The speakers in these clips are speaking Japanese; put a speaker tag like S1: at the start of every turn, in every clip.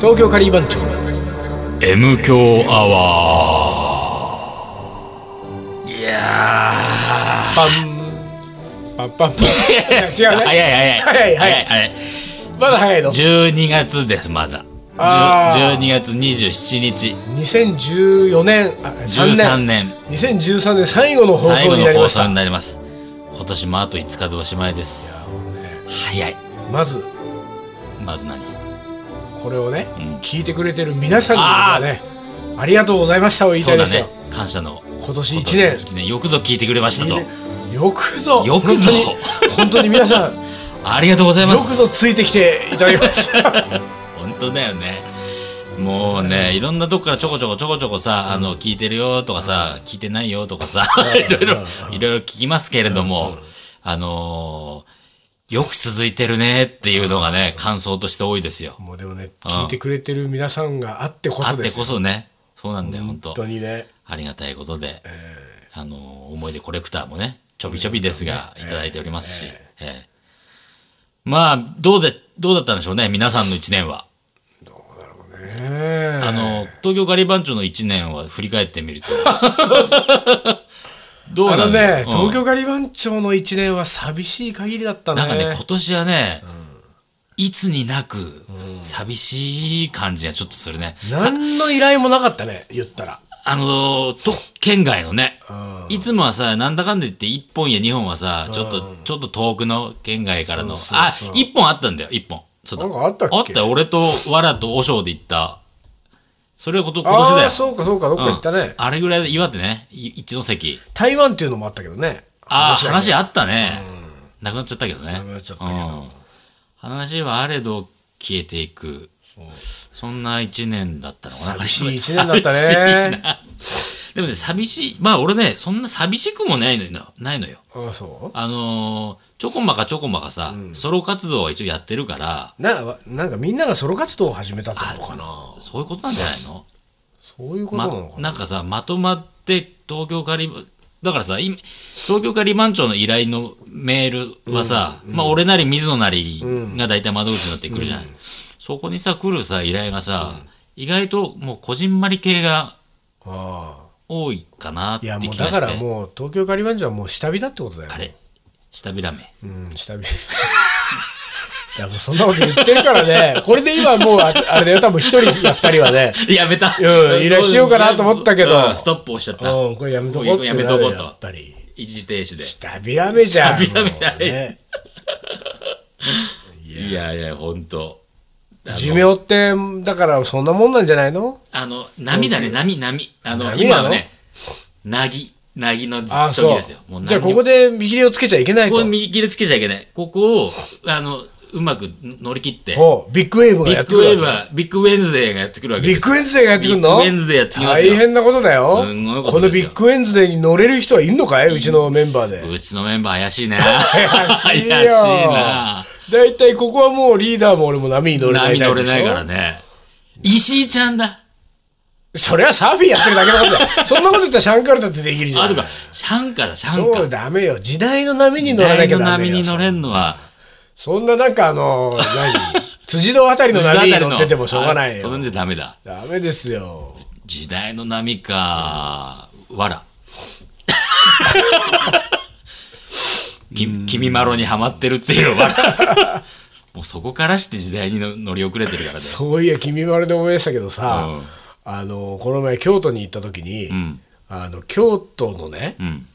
S1: 商業カリー番長
S2: M 強アワーいや
S1: パンパンパ ンパンいや違う
S2: ー早
S1: ね
S2: い
S1: 早
S2: 早
S1: い
S2: い
S1: 早い
S2: 早い
S1: まだ早いの
S2: 12月ですまだ
S1: あー
S2: 12月27日
S1: 2014年あ
S2: 13
S1: 3年
S2: 年
S1: 2013年最後の放
S2: 最
S1: 送
S2: 後
S1: に
S2: の
S1: なり
S2: 放
S1: まし
S2: 送
S1: た
S2: になります今年もあと5日でおしまいです早い
S1: まず
S2: まず何
S1: これをね、
S2: ん
S1: 聞いてくれてる皆さんにはねありがとうございましたを言いた
S2: そ
S1: いうで
S2: だ
S1: すよ、
S2: ね感謝の
S1: 今年1年
S2: 1年よくぞ聞いてくれましたと
S1: よくぞ
S2: よくぞ
S1: 本当に本当に皆 さんよ
S2: ありがとうございま
S1: く
S2: す
S1: ぞついてきていただきま した
S2: 本当だよねもうねいろんなとこからちょこちょこちょこちょこさあの聞いてるよとかさ聞いてないよとかさ いろいろいろいろ聞きますけれどもあのーよく続いてるねっていうのがね感想として多いですよ
S1: もうでもね聞いてくれてる皆さんがあってこ
S2: あ
S1: そ
S2: っ
S1: で
S2: て
S1: す
S2: こ
S1: よ
S2: そねそうなんだよ本当
S1: 本当にね
S2: ありがたいことで、あの思い出コレクターもねちょびちょびですが、いただいておりますし、ええまあどうでどうだったんでしょうね皆さんの1年は。
S1: ね
S2: あの東京ガリバン長の1年は振り返って みるとどう
S1: あ
S2: な
S1: の
S2: んだろう
S1: ね、
S2: うん
S1: 東京ガリバン長の1年は寂しい限りだったね。
S2: なんかね今年はね、いつになく寂しい感じがちょっとするね、さ
S1: 何の依頼もなかったね、言ったら。
S2: あのと県外のね
S1: うん
S2: いつもはさなんだかんだ言って1本や2本はさちょっとちょっと遠くの県外からの
S1: そうそうそう
S2: あ1本あったんだよ1本そうだ
S1: なんかあったっけ
S2: あったよ俺とわらと和尚で行ったそれはこと今年だ
S1: あ
S2: よ
S1: あ、そうかそうか、どっか行ったね。
S2: あれぐらいで岩手ねい一関
S1: 台湾っていうのもあったけどね。
S2: ああ
S1: だけ
S2: 話あったね、なくなっちゃったけどね
S1: なくなっちゃったけど
S2: うん話はあれど消えていくそんな一年だったのかな
S1: 寂しい一年だったね。
S2: でもね寂しいまあ俺ねそんな寂しくもないのよないのよ
S1: ああ、そ
S2: あのーちょこまかちょこまかさ、ソロ活動は一応やってるから
S1: うななんかみんながソロ活動を始めたってことかな
S2: あ。そういうことなんじゃないの
S1: そういうことなの
S2: ま
S1: か、な。
S2: なんかさまとまって東京カリブだからさ今東京カリマン長の依頼のメールはさ、まあ、俺なり水野なりが大体窓口になってくるじゃない、そこにさ来るさ依頼がさ、意外ともうこじんまり系が
S1: あ
S2: 多いかなっ
S1: あい
S2: て
S1: や、
S2: 気
S1: も
S2: が
S1: う
S2: して
S1: だからもう東京ガリバン長はもう下火だってことだよ。
S2: あれ下びらめ
S1: うん、下火。いやもうそんなこと言ってるからね、これで今もうああれだよ、多分一人 や二人はね、
S2: やめ た
S1: うん依頼しようかなと思ったけど
S2: うんストップ押しちゃった
S1: うん、これやめとこうってな
S2: や
S1: る
S2: め
S1: よ
S2: とこう
S1: やっ
S2: と
S1: ぱり。
S2: 一時停止で
S1: 下火ラメじゃん。
S2: 下火ラメじゃな
S1: も
S2: い
S1: うね
S2: いやいや本当あの
S1: 寿命って、だからそんなもんなんじゃないの
S2: あの、波だね、波、波。あの、
S1: 波な
S2: 今
S1: の
S2: はね、なぎ、なぎの時
S1: ああ、
S2: 時
S1: そう
S2: ですよ。。
S1: じゃあここ
S2: で、
S1: で見切りをつけちゃいけない
S2: こことに。右切りつけちゃいけない。ここを、あの、うまく乗り切って、
S1: ほうビッグウェーブが
S2: ビ
S1: やっ
S2: ッ
S1: てく
S2: グウェー
S1: る
S2: ブ
S1: わ
S2: は、ビッグウェンズデーがやってくるわ
S1: け。
S2: けです。
S1: ビッグウェンズデーがやってくるの
S2: ビッグウェンズデーやってきます
S1: 大
S2: よ。
S1: 変なことだよ。
S2: すんごいこと
S1: この
S2: です
S1: ビ
S2: よ
S1: ッグウェンズデーに乗れる人はいるのかいうちのメンバーで。
S2: うちのメンバー怪しいね。
S1: しいよ
S2: 怪しいな。
S1: だいたいここはもうリーダーも俺も波に乗れない
S2: 波
S1: タイ
S2: 乗
S1: プ
S2: れ
S1: でしょ
S2: ないからね。石井ちゃんだ。
S1: それはサーフィンやってるだけのことだよそんなこと言ったらシャンカルだってできるじゃん
S2: あ、そうか、シャンカだ、シャンカ。
S1: そうダメよ時代の波に乗らなきゃ
S2: 時代の
S1: ダメ
S2: 波に
S1: よ
S2: 乗れんのは、
S1: そんななんかあの何辻堂あたりの波に乗っててもしょうがない
S2: あそ
S1: よ
S2: んなんじゃダメだ。
S1: ダメですよ
S2: 時代の波か、わら。き君まろにはまってるっていうわら。 もうそこからして時代にの乗り遅れてるからね。
S1: そういや君まるで思い出したけど
S2: う
S1: さ
S2: ん
S1: あのこの前京都に行った時に、
S2: ん
S1: あの京都のね、
S2: うん。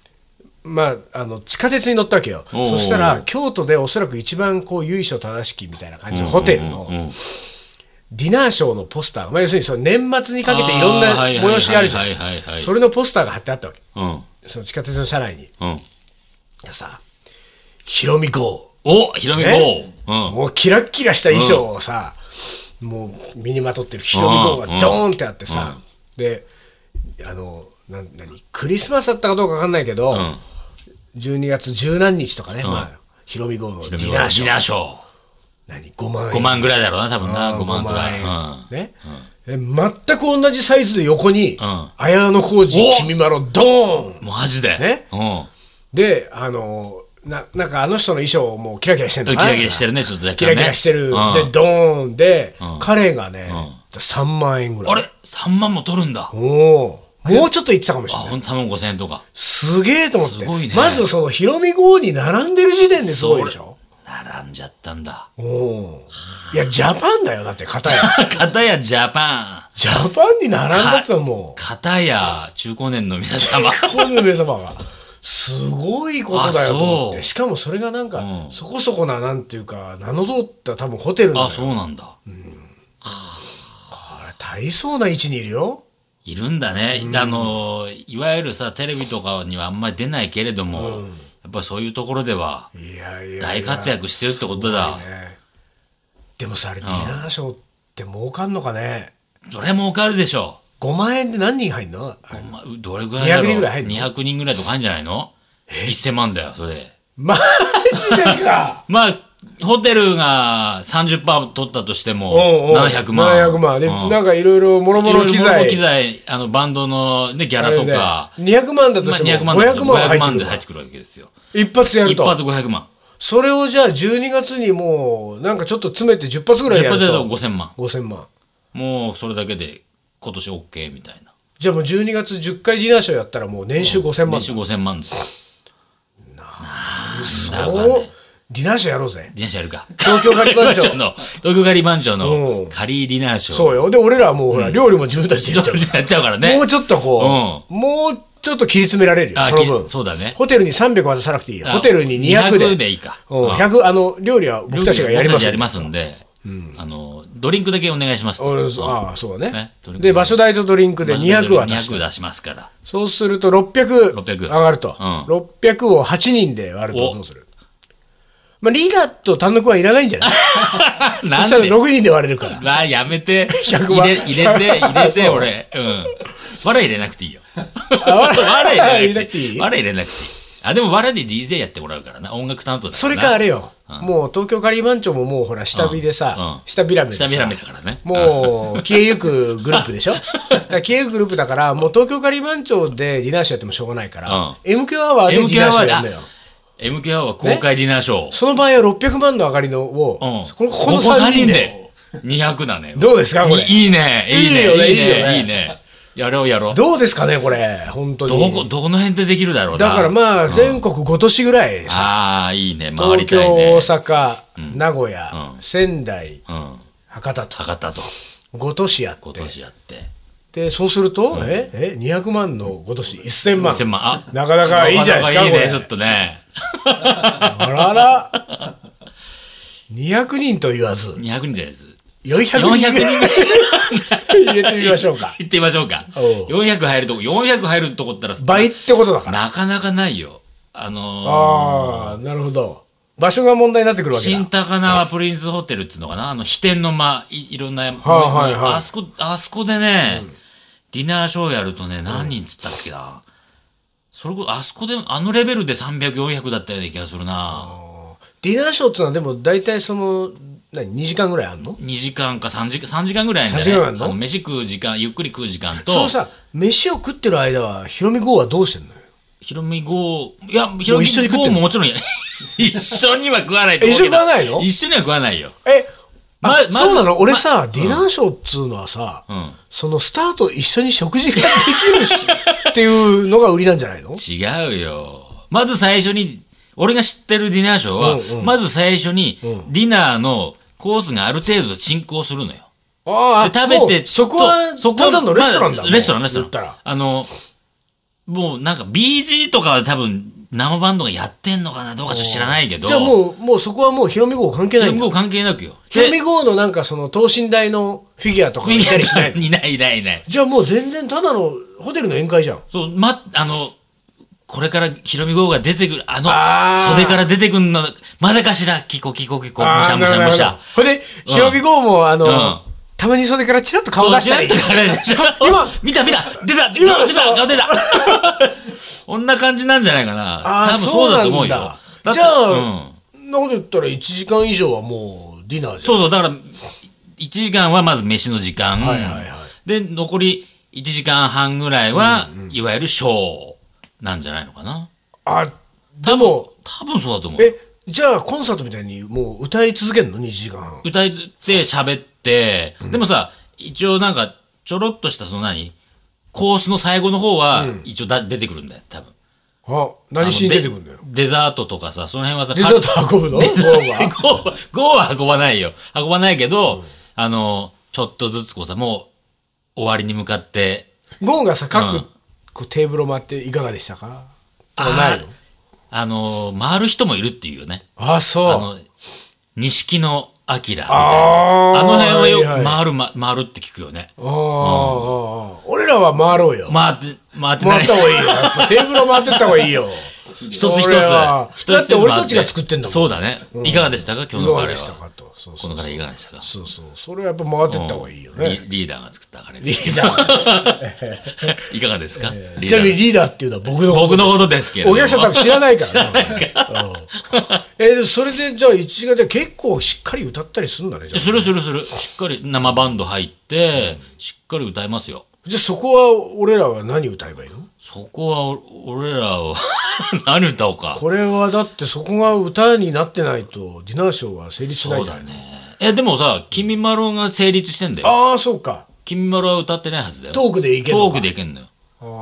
S1: まあ、あの地下鉄に乗ったわけよ
S2: おう
S1: そしたら京都でおそらく一番こう由緒正しきみたいな感じのホテルの
S2: うんうんうん
S1: ディナーショーのポスター、まあ、要するにその年末にかけていろんな
S2: あーはいはいはい
S1: 催しがあるじゃ
S2: はいはいはいは
S1: ん
S2: い
S1: それのポスターが貼ってあったわけ
S2: うん。
S1: その地下鉄の車内に
S2: うん。
S1: さヒロミ号
S2: おひろみ
S1: ね
S2: こううん。
S1: もうキラッキラした衣装をさ、もう身にまとってるヒロミ号がドーンってあってさ、であのなん何クリスマスだったかどうか分かんないけど、
S2: ん
S1: 12月十何日とかね、まあ、ヒロミ号のディナーショー
S2: ディナーショー。
S1: 何5万円
S2: 5万ぐらいだろうな、多分な、5万と
S1: 5万
S2: か。うん。
S1: 円ねえ全く同じサイズで横に
S2: ん
S1: 綾小路
S2: お
S1: 君まろドーン
S2: マジで。
S1: ね
S2: うん。
S1: であのななんかあの人の衣装もうキラキラしてる
S2: キラキラしてるね、ちょっとだけ
S1: キ
S2: ね。
S1: ラキラしてる、
S2: うん
S1: でドーンで、彼がね、 3万円ぐらい
S2: あれ ?3 万も取るんだ。あ、
S1: おおもうちょっと行ってたかもしれない
S2: ほんと3万5千円とか。
S1: すげえと思って
S2: すごいね
S1: まずそのヒロミ号に並んでる時点ですごいでしょ
S2: 並んじゃったんだ。
S1: おおいやジャパンだよだって片や
S2: 片やジャパン。
S1: ジャパンに並んだってのはもう
S2: 片や中高年 の皆様。
S1: この目様が。すごいことだよと思っ
S2: あそう
S1: て。しかもそれがなんか、
S2: うん
S1: そこそこな、なんていうか、名の通った多分ホテルな
S2: あ、
S1: の
S2: そ
S1: よ。
S2: うなんだ。
S1: あれ、大層な位置にいるよ。
S2: いるんだね、あのいわゆるさテレビとかにはあんまり出ないけれども、やっぱりそういうところではい
S1: やいやいや
S2: 大活躍してるってことだ、
S1: ね。でもさ、あれ、ディナーショーって儲かんのかね。
S2: どれも受かるでしょ
S1: 5万円で何人入んの
S2: う、ほんまどれぐらいだろ
S1: 200人
S2: う
S1: ぐらい入るの
S2: 200人ぐらいとかあるんじゃないの1000万だよそれで
S1: マジで か
S2: まあホテルが30%取ったとしても
S1: おうおう
S2: 700万
S1: 700万。で、
S2: うん
S1: なんかいろいろもろもろ機
S2: いろいろ諸々
S1: 材。
S2: 機材あのバンドの、ね、ギャラとか
S1: あ、れで200万だと
S2: まあ、
S1: して
S2: 200
S1: も
S2: 万だと
S1: 500万入
S2: 500
S1: って
S2: 万
S1: く
S2: で
S1: る
S2: 入っ
S1: わ
S2: てくるわけですよ
S1: 一発やる
S2: 一
S1: と。
S2: 発500万
S1: それをじゃあ12月にもうなんかちょっと詰めて10発ぐらい
S2: 10
S1: や
S2: 発
S1: る
S2: だと
S1: と
S2: 5000万
S1: 5000万
S2: もうそれだけで今年 OK みたいな。
S1: じゃあもう12月10回ディナーショーやったらもう年収5000万
S2: 年収5000万です。
S1: そ
S2: だわ
S1: うディナーショーやろうぜ
S2: ディナーショーやるか。
S1: 東京ガリバンチ ョ
S2: の、東京ガリバン長
S1: う
S2: の
S1: ん
S2: カリーディナーショー。
S1: そうよで俺らはもうほら料理も自分たちでやっちゃう
S2: に
S1: か
S2: なっちゃうから
S1: ら
S2: ね
S1: もう。ちょっとこうもうちょっと切り詰められるよ
S2: あ
S1: その分
S2: きそうだね
S1: ホテルに300渡さなくていいよホテルに
S2: 200
S1: 200
S2: で
S1: で
S2: いいか
S1: うん
S2: うん
S1: 100あの料理は僕たちがやりま
S2: 僕たち
S1: す
S2: やりますんで、あの、ドリンクだけお願いしますと。
S1: 俺
S2: うん
S1: ああそうだね
S2: ねドリンク
S1: で場所代とドリンクで200
S2: まあ
S1: 渡して
S2: 200出しますから。
S1: そうすると600
S2: 600
S1: 上がると、
S2: うん
S1: 600を8人で割るとどうするまあ、リーダーと単独はいらないんじゃないそ
S2: な
S1: した
S2: ん
S1: ら
S2: で
S1: 6人で割れるから。
S2: あ、やめて。
S1: 100
S2: 入
S1: 万
S2: れ、入れて、入れて、
S1: そう
S2: 俺。うん。藁入れなくていいよ。
S1: 藁
S2: 藁入れなくて
S1: 入れなくて
S2: い
S1: い
S2: い。
S1: い
S2: 藁入れなくていい。あ、でも藁で DJ やってもらうからな。音楽担当だからな。
S1: それかあれよ、もう東京カリー番長ももうほら下火でさ、
S2: うんうん
S1: 下ビラメでさ
S2: 下見らめだからね。
S1: もう消えゆくグループで しょだから消えゆくグループだからもう東京カリー番長でディナーショーやってもしょうがないから、MQ アワーでディ
S2: MK
S1: ナー
S2: ア
S1: ショー
S2: ワー
S1: やるのよ
S2: だ。MK アワー公開ディナーショー。
S1: その場合は600万の上がりのを、
S2: う
S1: こ
S2: ん。
S1: のこの3人で。
S2: 200だね。
S1: どうですかこれ
S2: いいいね。いい
S1: いいよね
S2: ね。いい
S1: いいよ
S2: ね。
S1: ね
S2: いいね。やろうやろう。
S1: どうですかねこれ本当に
S2: どこ、どの辺でできるだろうな。
S1: だからまあ全国5都市ぐらいさ
S2: ああ、いいね。回
S1: 東
S2: りた
S1: 京、
S2: い
S1: 大
S2: ね。
S1: 阪、名古屋
S2: う、ん
S1: 仙台、
S2: うん。
S1: 博多と
S2: 博多と
S1: 5都市やっ
S2: 今
S1: て
S2: 年やって。
S1: でそうするとええ200万の5都市1000万
S2: 1000万あ
S1: なかなかいいんじゃないですか
S2: な
S1: こ
S2: ね、
S1: れ
S2: ちょっとね。
S1: あらら200人と言わず
S2: 200人です。
S1: 400人
S2: 400人ぐらい
S1: 入れてみましょうか
S2: 行ってみましょうか。
S1: おう
S2: 400入るとこ、400入るとこったら、
S1: 倍ってことだから
S2: なかなかないよ。あの
S1: ああなるほど場所が問題になってくる
S2: ー、
S1: わけだ
S2: 新高輪プリンスホテルっていうのかなあの、飛天の間、いいろんな、
S1: はいはい
S2: あそこ、あそこでね、ディナーショーやるとね、何人っつったっけな。それこそ、あそこで、あのレベルで300、400だったような気がするな。
S1: ディナーショーってのはでも大体その何2時間ぐらいあんの
S2: 2時間か3時間、3時間ぐらいだ
S1: 3時間
S2: ね。
S1: あんの
S2: あの飯食う時間、ゆっくり食う時間と。
S1: そのさ飯を食ってる間はヒロミ号はどうしてんのよ
S2: ヒロミ号、いや、ヒ
S1: も
S2: ロ
S1: う
S2: ミ
S1: 一緒に食っ
S2: 号
S1: てんの
S2: ももちろんや、 一緒には食わないと思う
S1: 一緒
S2: けど。
S1: に食わないの
S2: 一緒には食わないよ。
S1: え、あ
S2: ままず
S1: そうなの俺さ、
S2: ま
S1: ディナーショーっつうのはさ、
S2: うん
S1: そのスタート一緒に食事ができるしっていうのが売りなんじゃないの
S2: 違うよ。まず最初に、俺が知ってるディナーショーは、
S1: うんうん
S2: まず最初に、ディナーのコースがある程度進行するのよ。
S1: あ
S2: で食べて
S1: もうそこは
S2: とそこ
S1: ただのレストランだ、
S2: まレストラン、レストラン。
S1: 言ったら
S2: あの、もうなんか BG とかは多分生バンドがやってんのかなどうかちょっと知らないけど。
S1: じゃあもうもうそこはもうヒロミ号関係
S2: ヒ
S1: な
S2: ロ
S1: いん
S2: ミ
S1: だ
S2: 号関係なくよ。
S1: ヒロミ号のなんかその等身大のフィギュアとか
S2: ミ
S1: い
S2: ニ
S1: たりしないの
S2: いないいないいない。
S1: じゃあもう全然ただのホテルの宴会じゃん
S2: そう、ま、あの、これからヒロミ号が出てくる、あの
S1: あ、ー
S2: 袖から出てくるの、まだかしら、キコキコキコ、むしゃむしゃむしゃ。
S1: ほいで、ヒロミ号も、あの、たまに袖からチラッと顔出したり。
S2: そうちらっと顔
S1: 今
S2: 出した 見た見た出た出
S1: 今
S2: た出
S1: そう
S2: た顔 出たこんな感じなんじゃないかな。
S1: あー
S2: 多分そうだと思うよ。
S1: そうなんだ
S2: だって
S1: じゃあ
S2: うん
S1: なこと言ったら1時間以上はもうディナーじゃん。
S2: そうそう、だから、1時間はまず飯の時間。
S1: はいはいは
S2: で、残り1時間半ぐらいは、いわゆるショーなんじゃないのかな。
S1: あ、でも、
S2: 多分そうだと思う。
S1: え、じゃあコンサートみたいにもう歌い続けるの ?2 時間半。
S2: 歌いって喋って、でもさ一応なんか、ちょろっとしたその何コースの最後の方は、一応だ、出てくるんだよ、多分。
S1: あ、何しに出てくるんだよ
S2: あ。のデデザートとかさ、その辺はさ、
S1: デザート運ぶ の
S2: デザ
S1: ゴーは
S2: ゴーはゴーは運ばないよ。運ばないけど、あの、ちょっとずつこうさ、もう終わりに向かって、
S1: ゴンがさ、
S2: う
S1: 各
S2: ん
S1: こうテーブルを回っていかがでしたかと
S2: あ
S1: かないの
S2: ああの、回る人もいるっていうよね。
S1: あ、
S2: あ
S1: そう。
S2: の、錦野明みたいな。
S1: あー
S2: あの辺はよ
S1: はいはい
S2: く回る、ま回るって聞くよね。
S1: あーあーあー俺らは回ろうよ。
S2: 回って、回ってな
S1: 回
S2: い
S1: った。方がいいよ。やっぱテーブルを回ってった方がいいよ。
S2: 一つ一つ。
S1: 俺は
S2: 一つ一つ
S1: だって俺
S2: 回
S1: たちが作ってんだもん。
S2: そうだね。いかがでしたか今
S1: い
S2: 日の
S1: か
S2: カ
S1: が
S2: レ
S1: で
S2: ー
S1: した
S2: は
S1: か。と。そう
S2: こ
S1: そう
S2: のカレーいかがでしたか
S1: そうそう。それはやっぱ回ってった方がいいよね。
S2: リリーダーが作ったカレー
S1: リ
S2: で
S1: ーダ
S2: いかがですか
S1: ー。
S2: リー
S1: ち
S2: ダ
S1: なみに
S2: ー
S1: リーダーっていうのは僕のこと
S2: 僕のことですけれど
S1: お
S2: も。
S1: 客さん多分知らないからね。
S2: なん
S1: う
S2: か
S1: んえでそれでじゃあ一時で結構しっかり歌ったりするんだねじゃあ
S2: するするする。しっかり生バンド入って、しっかり歌いますよ。
S1: じゃあそこは俺らは何歌えばいいの
S2: そこはお、俺ら は何歌おうか。
S1: これはだってそこが歌になってないとディナーショーは成立しない
S2: そう
S1: じゃ
S2: だ
S1: ん、
S2: ね。え、でもさ、君まろが成立してんだよ。
S1: ああそうか
S2: 君まろは歌ってないはずだよ。
S1: トークでいける
S2: ト
S1: の
S2: ー
S1: か
S2: クでいけんのよ。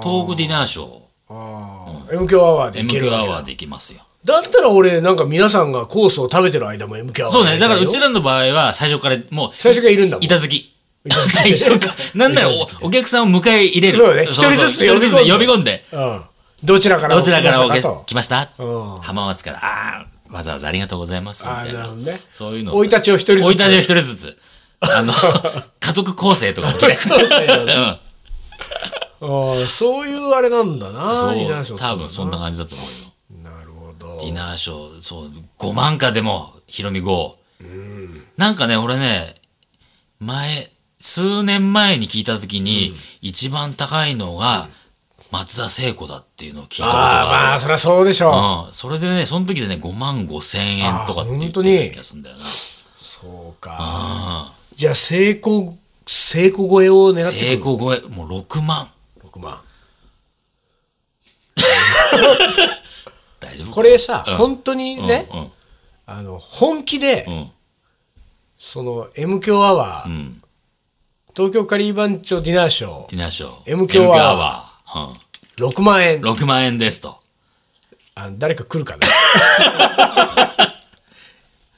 S2: トークディナーショー。
S1: あー MQ アワーでいけ
S2: MQ
S1: るわ
S2: ア
S1: けだ
S2: ワーでいきますよ。
S1: だったら俺なんか皆さんがコースを食べてる間も MQ アワー
S2: そうね。だからう
S1: やりたい
S2: ち
S1: よ
S2: らの場合は最初からもう、
S1: 最初からいるんだもん
S2: 板付き。
S1: 板付
S2: 最
S1: き
S2: 初から。なんだよ、おお客さんを迎え入れる。
S1: そうだね一人ずつ
S2: 一人ずつ
S1: 呼
S2: 呼
S1: び
S2: び
S1: 込
S2: 込
S1: ん
S2: ん
S1: で
S2: で。
S1: うんどちらから
S2: どちらからお
S1: 来ました
S2: 客さ
S1: と
S2: ん来ました
S1: うん
S2: 浜松から。ああ、わざわざありがとうございます。み
S1: ああ
S2: た
S1: な
S2: い
S1: る
S2: な
S1: ほど。ね
S2: そういうの
S1: 生い立ちを一人ずつ
S2: 生い立ちを一人ずつ。あの、家族構成とかもね。うん
S1: ああそういうあれなんだなディナーシ
S2: そ
S1: ョーっていう
S2: う、多
S1: のは
S2: 分そんな感じだと思うよ。
S1: なるほど
S2: ディナーショー、そう、5万かでも、ヒロミ5。なんかね、俺ね、前、数年前に聞いたときに、一番高いのが、松田聖子だっていうのを聞いたこと
S1: ああ
S2: がある。
S1: まあそりゃそうでしょう、
S2: うん、それでね、その時でね、5万5千円とか
S1: あ
S2: って言っ
S1: ー本当に
S2: てた気がするんだよな。
S1: そう
S2: う
S1: か
S2: ん
S1: じゃあ成功成功超えを狙ってく
S2: 聖
S1: る
S2: 子超え、もう6万。
S1: 6万
S2: 大丈夫
S1: これさ、
S2: うん
S1: 本当にね、
S2: うん
S1: あの本気で、
S2: うんうん
S1: その M 強アワー、
S2: うん。
S1: 東京カリー番長ディナーショー
S2: ディナーショー。
S1: M 響アワ
S2: アワー。
S1: 6万円
S2: うん。6万円ですと。
S1: あの誰か来る かな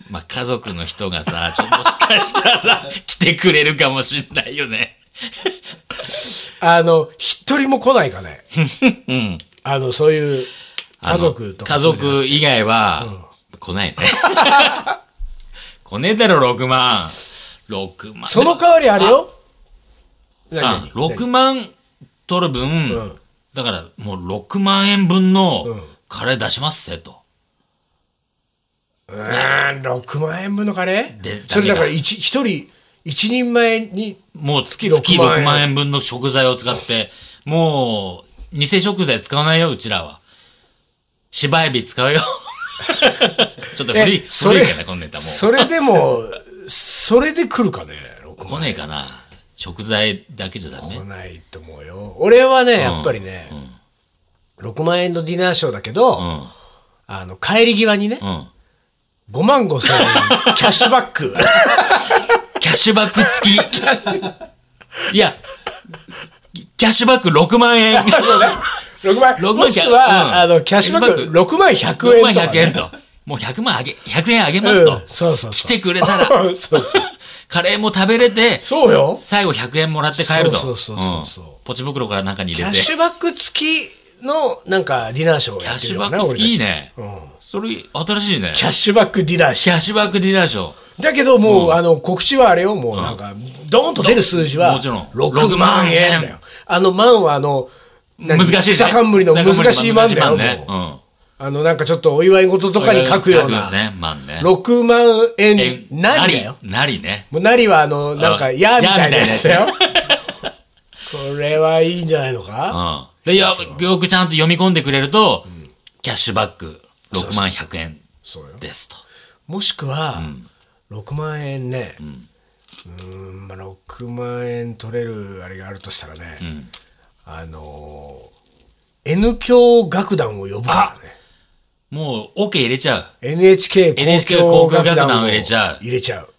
S2: まあ、家族の人がさ、ち ょっともしかしたら来てくれるかもしんないよね。
S1: あの一人も来ないかねあのそういう家族とか
S2: 家族以外は、来ないね。来ねえだろ、6万。6万。
S1: その代わりあれよ
S2: あ
S1: 何何
S2: 6万取る分、
S1: うん
S2: だからもう6万円分
S1: ん
S2: のカレー出しますせと。
S1: うーん6万円分のカレー
S2: で
S1: それだから一一人一人前に
S2: もう月
S1: 6万円
S2: 月6万円分の食材を使って、もう偽食材使わないよ、うちらは。芝エビ使うよ。 ちょっと古い、
S1: えそれ
S2: 古いかな、このネタも
S1: それでもそれで来るかね
S2: う。来ねえかな。食材だけじゃダメ
S1: 来。ないと思うよ俺はね、やっぱりね、6万円のディナーショーだけど、
S2: うん。
S1: あの帰り際にね、
S2: うん。
S1: 5万5千円キャッシュバック
S2: キャッシュバック 付き。いや、キャッシュバック6万円。
S1: 6万
S2: 6万
S1: もしくは、
S2: うん
S1: あのキャッシュバック6万100
S2: 6万
S1: 円とか
S2: 100
S1: ね、
S2: 円と。もう100万あげ、100円あげますと。
S1: うんそうそうそう
S2: 来てくれたら、
S1: そうそう
S2: カレーも食べれて、
S1: そうよ
S2: 最後100円もらって帰ると。
S1: そうそうそうそう
S2: うんポチ袋から中に
S1: キ
S2: 入
S1: ャ
S2: れ
S1: ッ
S2: て。
S1: シュバック付きのなんかディナーショーを
S2: キャ
S1: や
S2: ッ
S1: って
S2: シ
S1: る
S2: ュ
S1: よ
S2: バ
S1: ね
S2: ック付きいい
S1: 俺たち
S2: ね。それ、新しいね。
S1: キャッシュバックディナーショ
S2: キャッシュバックディナーショー。
S1: ーだけどもう、あの告知はあれよもうなんかドーンと出る数字は
S2: もちろん
S1: 6万円だよあの万はあの何
S2: 難しいね。
S1: 草冠の難しい万だよ、
S2: 草冠の難しい万ね。
S1: もう
S2: うん。
S1: あのなんかちょっとお祝い事とかに書くような、
S2: ね、万ね。
S1: 6万円なりだよ
S2: なりなりね。
S1: もうなりはあのなんか「や」みたいなやつだよ
S2: やみ
S1: これはいいんじゃないのか
S2: うん。で、よよくちゃんと読み込んでくれると、キャッシュバック6万100円
S1: そうよ
S2: ですと。
S1: もしくは、6万円ね、うーん、まあ、6万円取れるあれがあるとしたらね、あのー N 響楽団を呼ぶからね。
S2: もう、オ、ケ入れちゃう。
S1: NHK 交
S2: NHK
S1: 響楽
S2: 交響楽
S1: 団
S2: 団
S1: を入
S2: を入
S1: れ
S2: れ
S1: ち
S2: ち
S1: ゃ
S2: ゃ
S1: う
S2: う。
S1: 入れちゃう。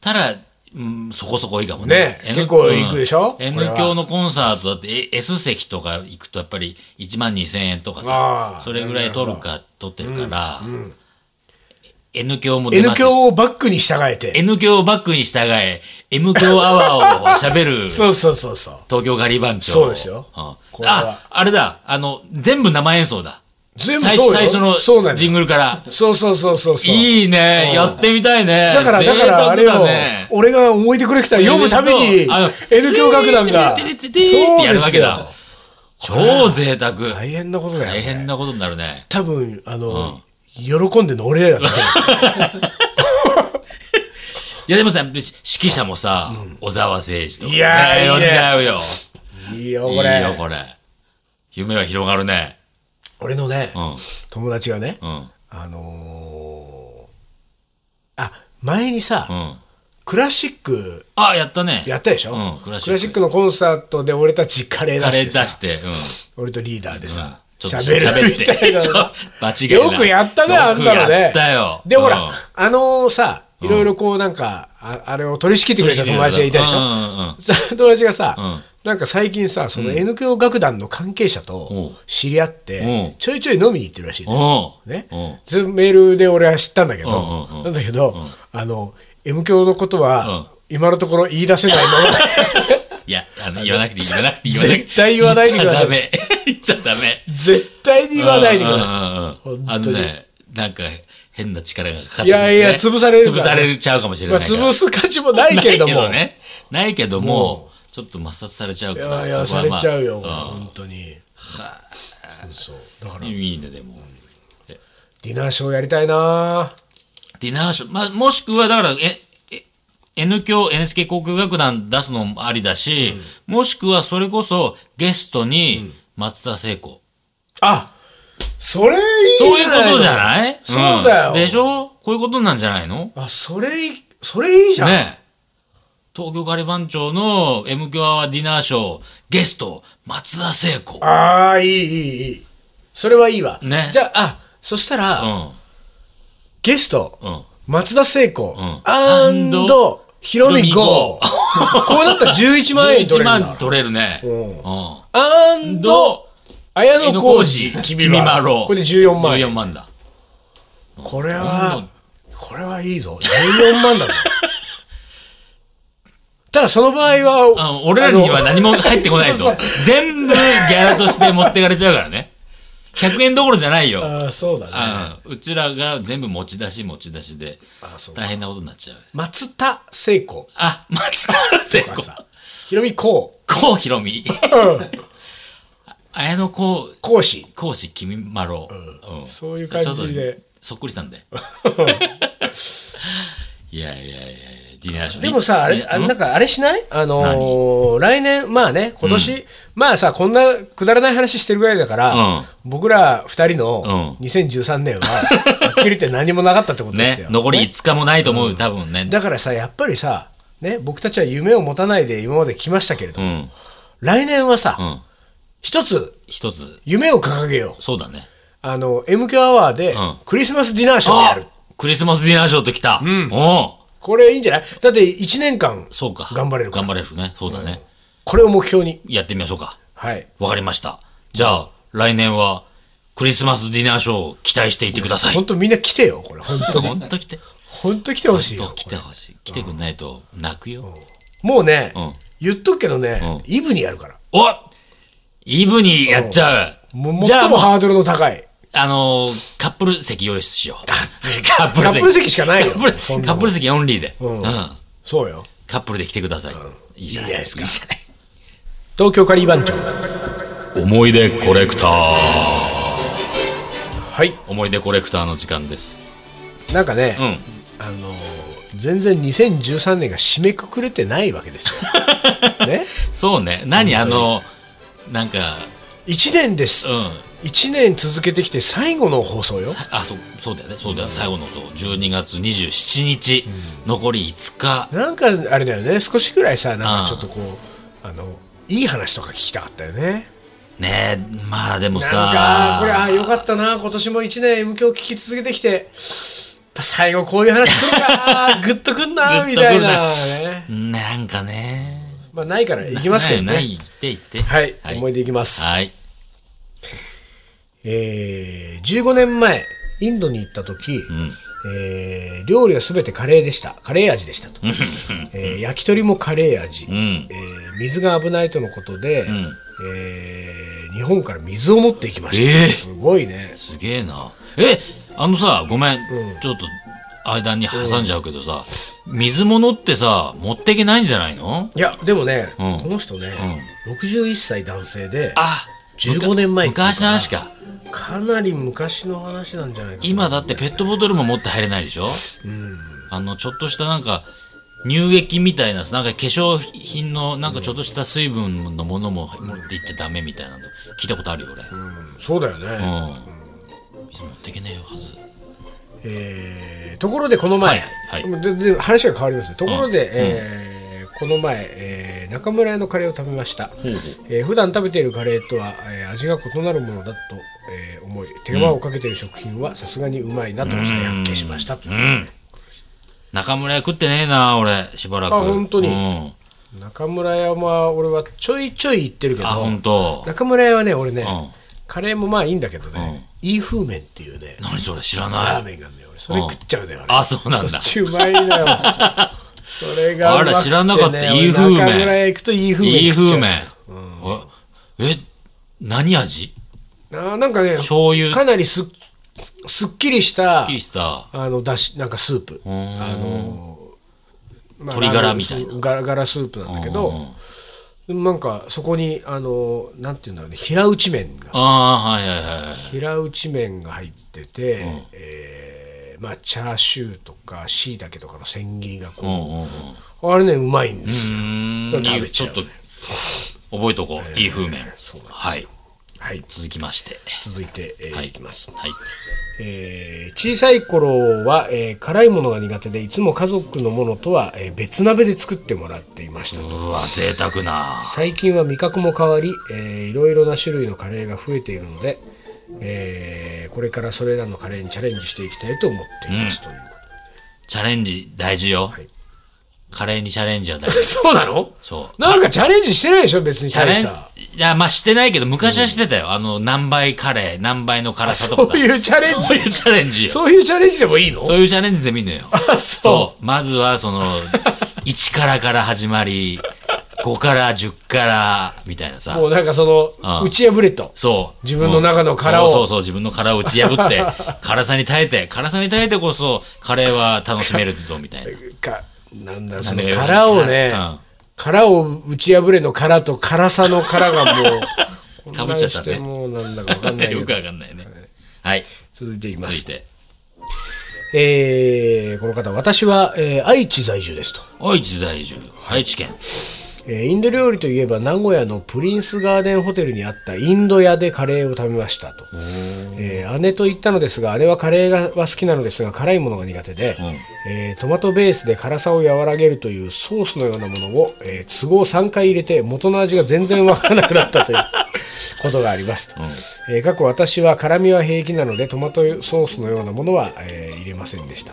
S2: ただ、うん、そこそこいいかも
S1: ね
S2: ね。N-
S1: 結構行くでしょ
S2: うん
S1: これは
S2: ?N 響のコンサートだってえ S 席とか行くとやっぱり1万2000円とか
S1: あ
S2: さ
S1: ー、
S2: それぐらい取るか、取ってるから、N 響も出
S1: N
S2: ます。
S1: 響をバックに従えて。
S2: N 響をバックに従え、M 響アワーを喋る
S1: そうそうそうそう。
S2: 東京ガリバン長。
S1: そうですよ
S2: うん
S1: これは
S2: あ、あれだ、あの、全部生演奏だ。
S1: 全部
S2: 最
S1: そうよ
S2: 最初
S1: そうな
S2: の
S1: の
S2: ジングルから。
S1: そうそうそうそうそう。
S2: いいね
S1: う、ん
S2: やってみたいね。
S1: だから、だから、あれ
S2: 贅
S1: を
S2: 沢だね、
S1: 俺が思い出コレクター読むために
S2: あの、
S1: N 教楽団が、
S2: テレテレテレテレって
S1: そ
S2: や
S1: うで
S2: るわ
S1: す
S2: けだ
S1: よ。。
S2: 超贅沢。
S1: 大変なことだよ、ね。
S2: 大変なことになるね。
S1: 多分、あの、喜んでるの俺らだね。
S2: いやでもさ、指揮者もさ、小沢誠二とかね。
S1: いやーいいね
S2: 呼んじゃうよ。
S1: いいよ、
S2: いい
S1: これ。
S2: よ、これ。夢は広がるね。
S1: 俺のね、
S2: うん。
S1: 友達がね、
S2: うん。
S1: あのーあ、前にさ、
S2: うん。
S1: クラシック
S2: あ、やったね。
S1: やったでしょ、
S2: うんク
S1: ク
S2: ラ
S1: ラ
S2: シック
S1: シックのコンサートで俺たちカレー
S2: カ
S1: 出し
S2: レー
S1: てさ
S2: 出して。うん。
S1: 俺とリーダーでさ、
S2: ちょっと
S1: 喋るみたいな
S2: ちょっと間違いな
S1: よ
S2: い
S1: くやったね、あんたの
S2: よく
S1: ね。
S2: やったよ
S1: で、ほ
S2: う
S1: ら
S2: ん、
S1: あのさ、いろいろこうなんか、ああれを取り仕切ってくれた友達がいたでし
S2: うん
S1: ょ
S2: うん
S1: さ 友達がさ、
S2: うん
S1: なんか最近さ、その N 教楽団の関係者
S2: う
S1: と
S2: ん
S1: 知り合っ
S2: うん
S1: て、ちょいちょい飲みに行ってるらしい
S2: うん。
S1: ね。
S2: おう
S1: ね
S2: うん。
S1: それメールで俺は知ったんだけど
S2: うんうんうん、
S1: なんだけど、あの、M 教のことは、今のところ言い出せないまま。
S2: いや、あの、言わなくていい、言わなくていい、言わなくていい。
S1: 絶対言わないでください
S2: 言っちゃダメ。言っちゃダメ。
S1: 絶対に言わないでください。
S2: うんうんうんうんあ
S1: 本
S2: の
S1: 当に
S2: ね、なんか変な力がかかってくるね
S1: いやいや潰されるから
S2: 潰されちゃうかもしれ
S1: ま
S2: な
S1: あ、
S2: いから。
S1: 潰す価値もないけれども。
S2: ないね。ないけども、ちょっと抹殺されちゃう
S1: い
S2: か
S1: や
S2: ら。
S1: いや、
S2: そこ
S1: さ
S2: は
S1: れ
S2: まあ
S1: ちゃうよ、
S2: ん
S1: 本当に。そうそう。だから、
S2: いいね、でも。
S1: ディナーショーやりたいな
S2: ディナーショー、まあ、もしくは、だから、え、え N 響 NSK 航空楽団出すのもありだし、もしくはそれこそゲストに松田聖子。
S1: あそれいい
S2: そういうことじゃない
S1: そうだよ
S2: んでしょこういうことなんじゃないの
S1: あ、それいい、それいいじゃん。
S2: ねえ東京カリバン町の M 響アワーディナーショー、ゲスト、松田聖子。うん。
S1: ああ、いい、いい、いい。それはいいわ。
S2: ね
S1: じゃあ、あ、そしたら、ゲスト、
S2: うん。
S1: 松田聖子、
S2: ん
S1: アンド、ヒロミ
S2: ヒロミ
S1: ゴ
S2: ゴ
S1: ー。こうなったら11万円取れ
S2: 11
S1: るん
S2: 万
S1: だ。
S2: 取れるね。うんん。
S1: アンド、綾野浩二、
S2: 君まろう。
S1: これで14万円
S2: 14。万だ。
S1: これは、これはいいぞ。14万だ ぞ。ただその場合
S2: あ
S1: は、
S2: の俺らには何も入ってこない
S1: そ
S2: ぞ
S1: う。
S2: 全部ギャラとして持ってかれちゃうからね。100円どころじゃないよ。
S1: ああ、そうだね。
S2: うんうちらが全部持ち出し持ち出しで
S1: あそう
S2: 大変なことになっちゃう。
S1: 松田聖子
S2: あ、松田聖
S1: と
S2: 子
S1: か。さ、ひろみこ
S2: こうひろみ。綾野こう、
S1: う、講師。
S2: 講師君まろう、うん
S1: そういう感じで
S2: ちょっとそっくりさんで いやいやいやいやディナーショー
S1: でもさ、あれ、あれなんかあれしないあのー、来年、まあね、今年、まあさ、こんなくだらない話してるぐらいだから
S2: うん、
S1: 僕ら二人の
S2: う
S1: 2013年は、はっきり言って何もなかったってことで
S2: ね
S1: すよ。
S2: 残り5日もないと思う、多分ね
S1: だからさ、やっぱりさ、ね、僕たちは夢を持たないで今まで来ましたけれど
S2: う
S1: も、
S2: ん
S1: 来年はさ、
S2: うん
S1: 一つ
S2: 一つ
S1: 夢を掲げよう。
S2: そうだね
S1: あの、MQ アワーで
S2: ん
S1: クリスマスディナーショーをやる。
S2: あクリスマスディナーショーときた、うん、おう
S1: これいいんじゃないだって1年間、
S2: そうか
S1: 頑張れるから
S2: 頑張れるねそうだね、
S1: これを目標に。
S2: やってみましょうか
S1: はい。
S2: わかりましたじゃあ、来年はクリスマスディナーショーを期待していてください
S1: 本当みんな来てよ、これ。本当に。
S2: 本当来て
S1: 本当来てほしい
S2: 本
S1: よ
S2: 当。来てほしい来てくんないと泣くよ、
S1: もうね、
S2: ん
S1: 言っとくけどね、
S2: うん
S1: イブにやるから。
S2: おイブにやっちゃう。
S1: もう
S2: じゃあ
S1: 最も
S2: もう、
S1: ハードルの高い。
S2: あのー、カップル席用意しよう。カップ
S1: カップル席しかないよ
S2: カップル
S1: そんなもん
S2: カップル席オンリーで。うんん。
S1: そうよ。
S2: カップルで来てください。いいじゃな
S1: いいじゃない
S2: い
S1: で
S2: じゃない
S1: 東京カリー番長。
S2: 思い出コレクター。
S1: はい。
S2: 思い出コレクターの時間です。
S1: なんかね、
S2: うん。
S1: あのー全然2013年が締めくくれてないわけです よ。ね
S2: そうね。何あの、なんか、
S1: 1年です
S2: う、ん。
S1: 1年続けてきて最後の放送よ
S2: さ あ、そう、そうだよね。そうだよ。最後のそう。12月27日、残り5日。
S1: なんかあれだよね少しぐらいさなん
S2: うん
S1: かちょっとこうあのいい話とか聞きたかったよね
S2: ねえ、まあでも
S1: な
S2: さ。
S1: んかこれあよかったな今年も1年 M 響聞き続けてきてぱ最後こういう話来る なグッとくんなみたいな
S2: グッと
S1: ね
S2: なんかね。
S1: まあないからいきますけど
S2: ない
S1: ね
S2: ないって言って。
S1: はい、思い
S2: 出。
S1: 出いきます、
S2: はい。
S1: えー15年前インドに行った時、
S2: ん
S1: えー料理は全てカレーでしたカレー味でしたと、えー焼き鳥もカレー味、
S2: うん
S1: え。ー水が危ないとのことで、
S2: ん
S1: えー日本から水を持っていきました、
S2: えー
S1: すごいね
S2: すげえな。え、あのさ、ごめん
S1: う。
S2: ちょっと、間に挟んじゃうけどさ、水物ってさ、持っていけないんじゃないの
S1: いやでもね、
S2: うん
S1: この人ね、61歳男性で
S2: あ
S1: 15年前っていうら
S2: 昔の話か。
S1: かなり昔の話なんじゃないかな
S2: 今だってペットボトルも持って入れないでしょあの、ちょっとしたなんか、乳液みたいな、なんか化粧品の、なんかちょっとした水分のものも持っていっちゃダメみたいなの聞いたことあるよ、俺。
S1: うんそうだよね、
S2: うん。水持っていけねえはず。
S1: えーところでこの前、
S2: はいはい
S1: もう全然話が変わりますねところで、えーこの前、えー中村屋のカレーを食べました、
S2: うほう
S1: えー普段食べているカレーとは、えー味が異なるものだと、えー思い手間をかけている食品はさすがにうまいなと再発見しましたと
S2: うん。中村屋食ってねえな、俺、しばらく。
S1: あ本当に
S2: うん。
S1: 中村屋は俺はちょいちょい行ってるけど
S2: あ、本当。
S1: 中村屋はね俺ね、
S2: うん
S1: カレーもまあいいんだけどね、いい風麺っていうね
S2: 何それ知ら
S1: ラ
S2: な
S1: ー
S2: い。
S1: メンがあるんだよ俺それ食っちゃうね俺
S2: あ、そうなんだ。
S1: 中まいだよ。それがうまくて、ね。
S2: あら知らなかったいい風
S1: 俺
S2: 麺
S1: 中村屋行くといい風麺。
S2: いい風麺。おえ、何味
S1: あなんかね、
S2: 醤油
S1: かなりすっすっきりした、
S2: すっきりした。
S1: あの、だし、なんかスープ。
S2: ん
S1: あの、まあ
S2: 鶏ガラみたいな
S1: ラーメンガラガラスープなんだけど、なんかそこに、あの、なんていうんだろうね、平打ち麺が、
S2: ああ、はいはいはいはい。
S1: 平打ち麺が入ってて、えーまあ、チャーシューとか、しいたけとかの千切りが
S2: う
S1: こ
S2: んうんうん。う
S1: う、あれね、うまいんですよ。
S2: ーん
S1: 食
S2: い
S1: べ
S2: い
S1: ち
S2: ち
S1: ゃう
S2: ょっと、覚えとこう。いい風麺。
S1: そうなんですよ
S2: はい。
S1: はい。
S2: 続きまして。
S1: 続いて、えー
S2: はい
S1: い、きます、
S2: はい。
S1: えー小さい頃は、えー辛いものが苦手でいつも家族のものとは、えー別鍋で作ってもらっていましたと
S2: うわ、贅沢な。
S1: 最近は味覚も変わり、えーいろいろな種類のカレーが増えているので、えーこれからそれらのカレーにチャレンジしていきたいと思っていますという、
S2: チャレンジ大事よ
S1: い。
S2: カレーにチャレンジは大事。
S1: そうなの
S2: そう。
S1: なんかチャレンジしてないでしょ別に
S2: チャ
S1: 大
S2: レ
S1: し
S2: ン
S1: た
S2: いや、まあしてないけど、昔はしてたよ。あの、何倍カレー、何倍の辛さとかさ。
S1: そういうチャレンジ
S2: そういうチャレンジよ。
S1: そういうチャレンジでもいいの
S2: そういうチャレンジで見んのよ。
S1: あそ
S2: そう。まずは、その、1からから始まり、5から10から、みたいなさ
S1: も。うなんかその、
S2: うん
S1: 打ち破れと
S2: そう。
S1: 自分の中の殻を
S2: そうそうそう、自分の殻を打ち破って、 辛さに耐えて、辛さに耐えてこそ、カレーは楽しめるぞ、みたいな。
S1: かなんだその
S2: だよ
S1: 殻をね、
S2: うん
S1: 殻を打ち破れの殻と辛さの殻がもうこんなん
S2: 被っちゃった
S1: し
S2: ね
S1: てもうなんだかわかんないけど
S2: よくわかんないね。はい。
S1: 続いていきま
S2: 続い
S1: す、
S2: て。
S1: えーこの方私は、えー愛知在住ですと、
S2: 愛知在住、愛知県。
S1: えーインド料理といえば名古屋のプリンスガーデンホテルにあったインド屋でカレーを食べましたと、えー姉と言ったのですが姉はカレーがは好きなのですが辛いものが苦手で、えートマトベースで辛さを和らげるというソースのようなものを、えー都合3回入れて元の味が全然わからなくなったということがありますと、えー過去私は辛みは平気なのでトマトソースのようなものは、えー入れませんでした、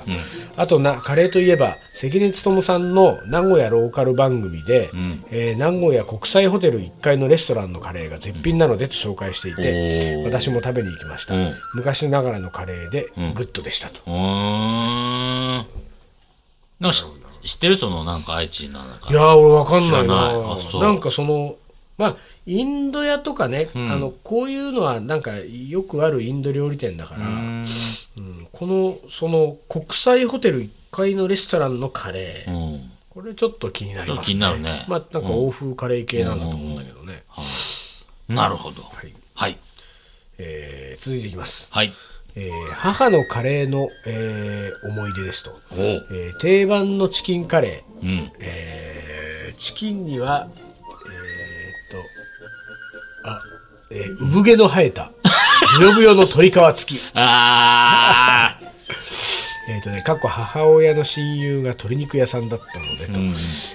S1: あとなカレーといえば関根勤さんの名古屋ローカル番組で、えー名古屋国際ホテル1階のレストランのカレーが絶品なのでと紹介していて、
S2: おー
S1: 私も食べに行きました、
S2: うん
S1: 昔ながらのカレーでグッドでしたと、
S2: うーん。なんかし知ってるそのなんか愛知のなんか
S1: い。やー俺わかんない
S2: 知
S1: な
S2: らないあそう
S1: なんかそのまあインド屋とかね、あのこういうのはなんかよくあるインド料理店だから、うんこのその国際ホテル1階のレストランのカレー、
S2: うん。
S1: これちょっと気になりますね
S2: 気になるね
S1: まあなんか欧風カレー系なんだと思うんだけどね、
S2: なるほど。はいい。はい。
S1: えー続いていきます、
S2: はい。
S1: えー母のカレーの、えー思い出ですと、
S2: おう。
S1: えー定番のチキンカレー
S2: うん。
S1: えーチキンにはえーっとあ、えー産毛の生えたブヨブヨの鶏皮付き
S2: あー。
S1: えーっとね過去母親の親友が鶏肉屋さんだったのでと、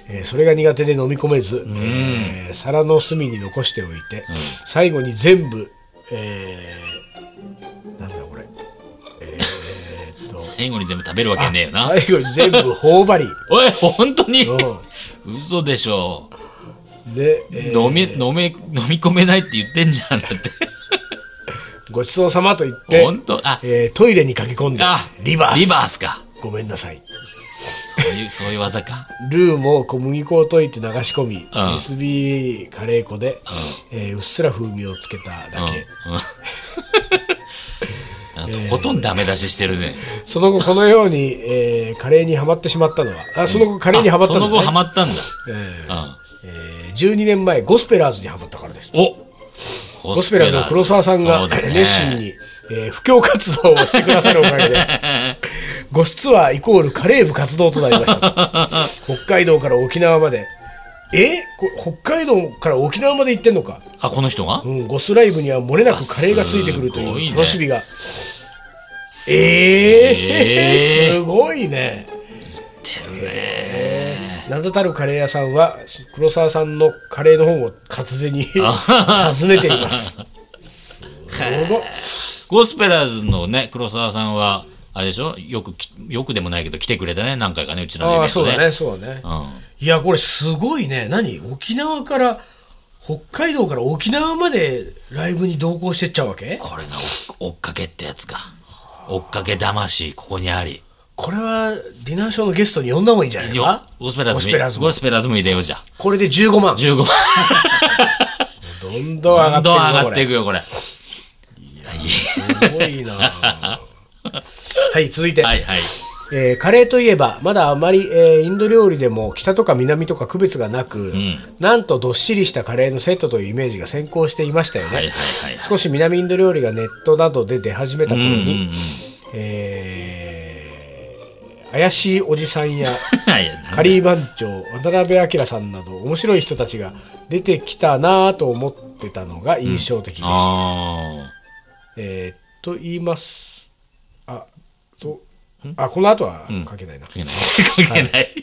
S1: えーそれが苦手で飲み込めず、えー皿の隅に残しておいて、最後に全部、えーなんだこれえーっと
S2: 最後に全部食べるわけねえよな。
S1: 最後に全部頬 張り。
S2: おい、本当に
S1: うん
S2: 嘘でしょ。
S1: で、えー
S2: 飲み、飲め、飲み込めないって言ってんじゃん。 だって。
S1: ごちそうさまと言って、
S2: 本当あ、
S1: えートイレに駆け込んで
S2: あ、、
S1: リバース。
S2: リバースか。
S1: ごめんなさい。
S2: そう いう、そういう技か。
S1: ルーも小麦粉を溶いて流し込み、SB カレー粉で、えーうっすら風味をつけただけ。
S2: なん かとことんダメ出ししてるね。
S1: その後、このように、えーカレーにはまってしまったのは、あその後、カレーにはまった
S2: あ
S1: の
S2: その後
S1: は、
S2: ハ
S1: ね
S2: マったんだ。
S1: え
S2: うん。
S1: ーえー12年前、ゴスペラーズにはまったからです。
S2: お
S1: ゴスペラーズの黒沢さん
S2: そ
S1: が
S2: うだね
S1: 熱心に、えー布教活動をしてくださるおかげ で、ゴスツアーイコールカレー部活動となりま した。北海道から沖縄まで。えこれ北海道から沖縄まで行ってんのか、
S2: あ、この人が
S1: うん、ゴスライブには漏れなくカレーがついてくると
S2: すごい
S1: いう
S2: ね
S1: 楽しみが。えー、
S2: えー
S1: すごいね。名だたるカレー屋さんは黒沢さんのカレーの本を片手 に訪ねています。すごい
S2: ゴスペラーズのね、黒沢さんは、あれでしょよくき、よくでもないけど来てくれたね、何回かね、うちらのイ
S1: あ
S2: ベ
S1: あ
S2: ン
S1: そ
S2: ト
S1: うだ
S2: で。
S1: ねそうだね、
S2: うん。
S1: いやこれすごいね何沖縄から北海道から沖縄までライブに同行してっちゃうわけ
S2: これが追っかけってやつか。追っかけ魂、ここにあり。
S1: これはディナーショーのゲストに呼んだ方がいいんじゃないです
S2: よ
S1: か
S2: ゴスペラーズ
S1: ゴスペラーズも
S2: ゴスペラーズも入れようじゃん。
S1: これで15万
S2: 15万。
S1: どんどん
S2: どんどん上が
S1: 上が
S2: っ
S1: ってて
S2: い
S1: いく
S2: くよ、これ。
S1: よこれすごいな はい続いて、
S2: はいはい。
S1: えーカレーといえばまだあまり、えーインド料理でも北とか南とか区別がなく、なんとどっしりしたカレーのセットというイメージが先行していましたよね、
S2: はいはいはい。
S1: 少し南インド料理がネットなどで出始めた頃に、えー怪しいおじさん や
S2: はいや
S1: カリー番長渡辺明さんなど面白い人たちが出てきたなぁと思ってたのが印象的でした。
S2: あ
S1: えーと言いますあとあこの後は書けないな、
S2: あ。関係ない。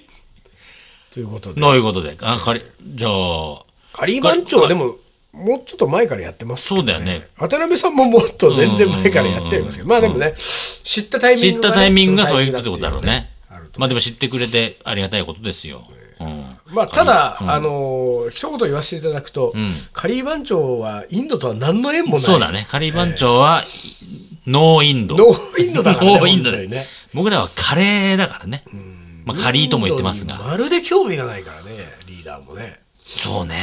S1: ということで
S2: どういうことで。あ、かり、じゃあ、
S1: カリー番長はでももうちょっと前からやってますけ
S2: そう
S1: ど
S2: だよね。
S1: 渡辺さんももっと全然前からやってるんですけどまあでもね知ったタイミ
S2: 知
S1: ン
S2: っ
S1: グ
S2: た
S1: ね
S2: タイミングがそういうことだろうね
S1: ある。と
S2: まあでも知ってくれてありがたいことですよ。うん。
S1: まあ、ただ、あのー一言言わせていただくと、カリー番長はインドとは何の縁もない
S2: そうだね。カリー番長は、ノーインド。
S1: ノーインドだからね
S2: ノーインドだ
S1: 本当にね
S2: 僕らはカレーだからね。まあカリーとも言ってます
S1: インド
S2: が。
S1: にまるで興味がないからねリーダーもね
S2: そうね。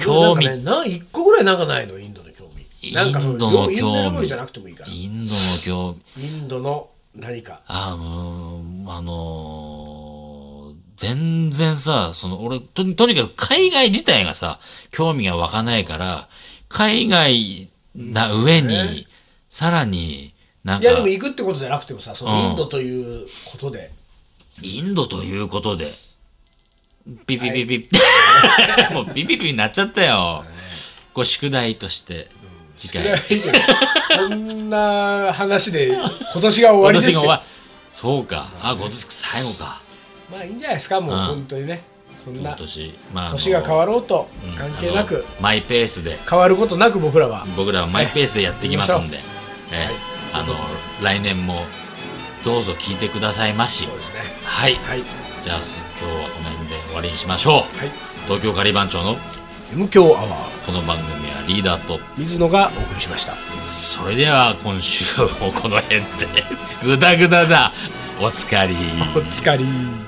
S2: 興味
S1: なんかねな一個ぐらいなんかないのインドの興味なんかそ
S2: インドの
S1: インド
S2: 興味
S1: 料理じゃなくてもいいからイ
S2: インドの興味。
S1: ンドの何か
S2: あのー、あのー全然さ、その、俺、と、とにかく海外自体がさ、興味が湧かないから、海外な上に、さらに、なん
S1: い
S2: か
S1: やで、も行くってことじゃなくてもさそのインドということで、
S2: インドということで、ピピピピ、 もうピピピになっちゃったよ。ご宿題として、次回。
S1: こんな話で今年が終わりです
S2: 今年が
S1: よ
S2: 終わそうか。あ、今年最後か。
S1: まあいいんじゃないですかもう本当にねそん
S2: 今
S1: な
S2: 年。まああの、
S1: 年が変わろうと関係な
S2: あの
S1: く
S2: マイペースで。
S1: 変わることなく僕らは
S2: 僕らはマイペースでやっていきますん で、えあの来年もどうぞ聞いてくださいまし
S1: そうですね
S2: はい
S1: はい
S2: じゃあ今日はこの辺で終わりにしましょう、
S1: はい
S2: 東京カリバン長の
S1: 「M 強アワー
S2: この番組はリーダーと」
S1: 水野がお送りしました
S2: それでは今 週もこの辺でグダグダだおつかり
S1: お疲れ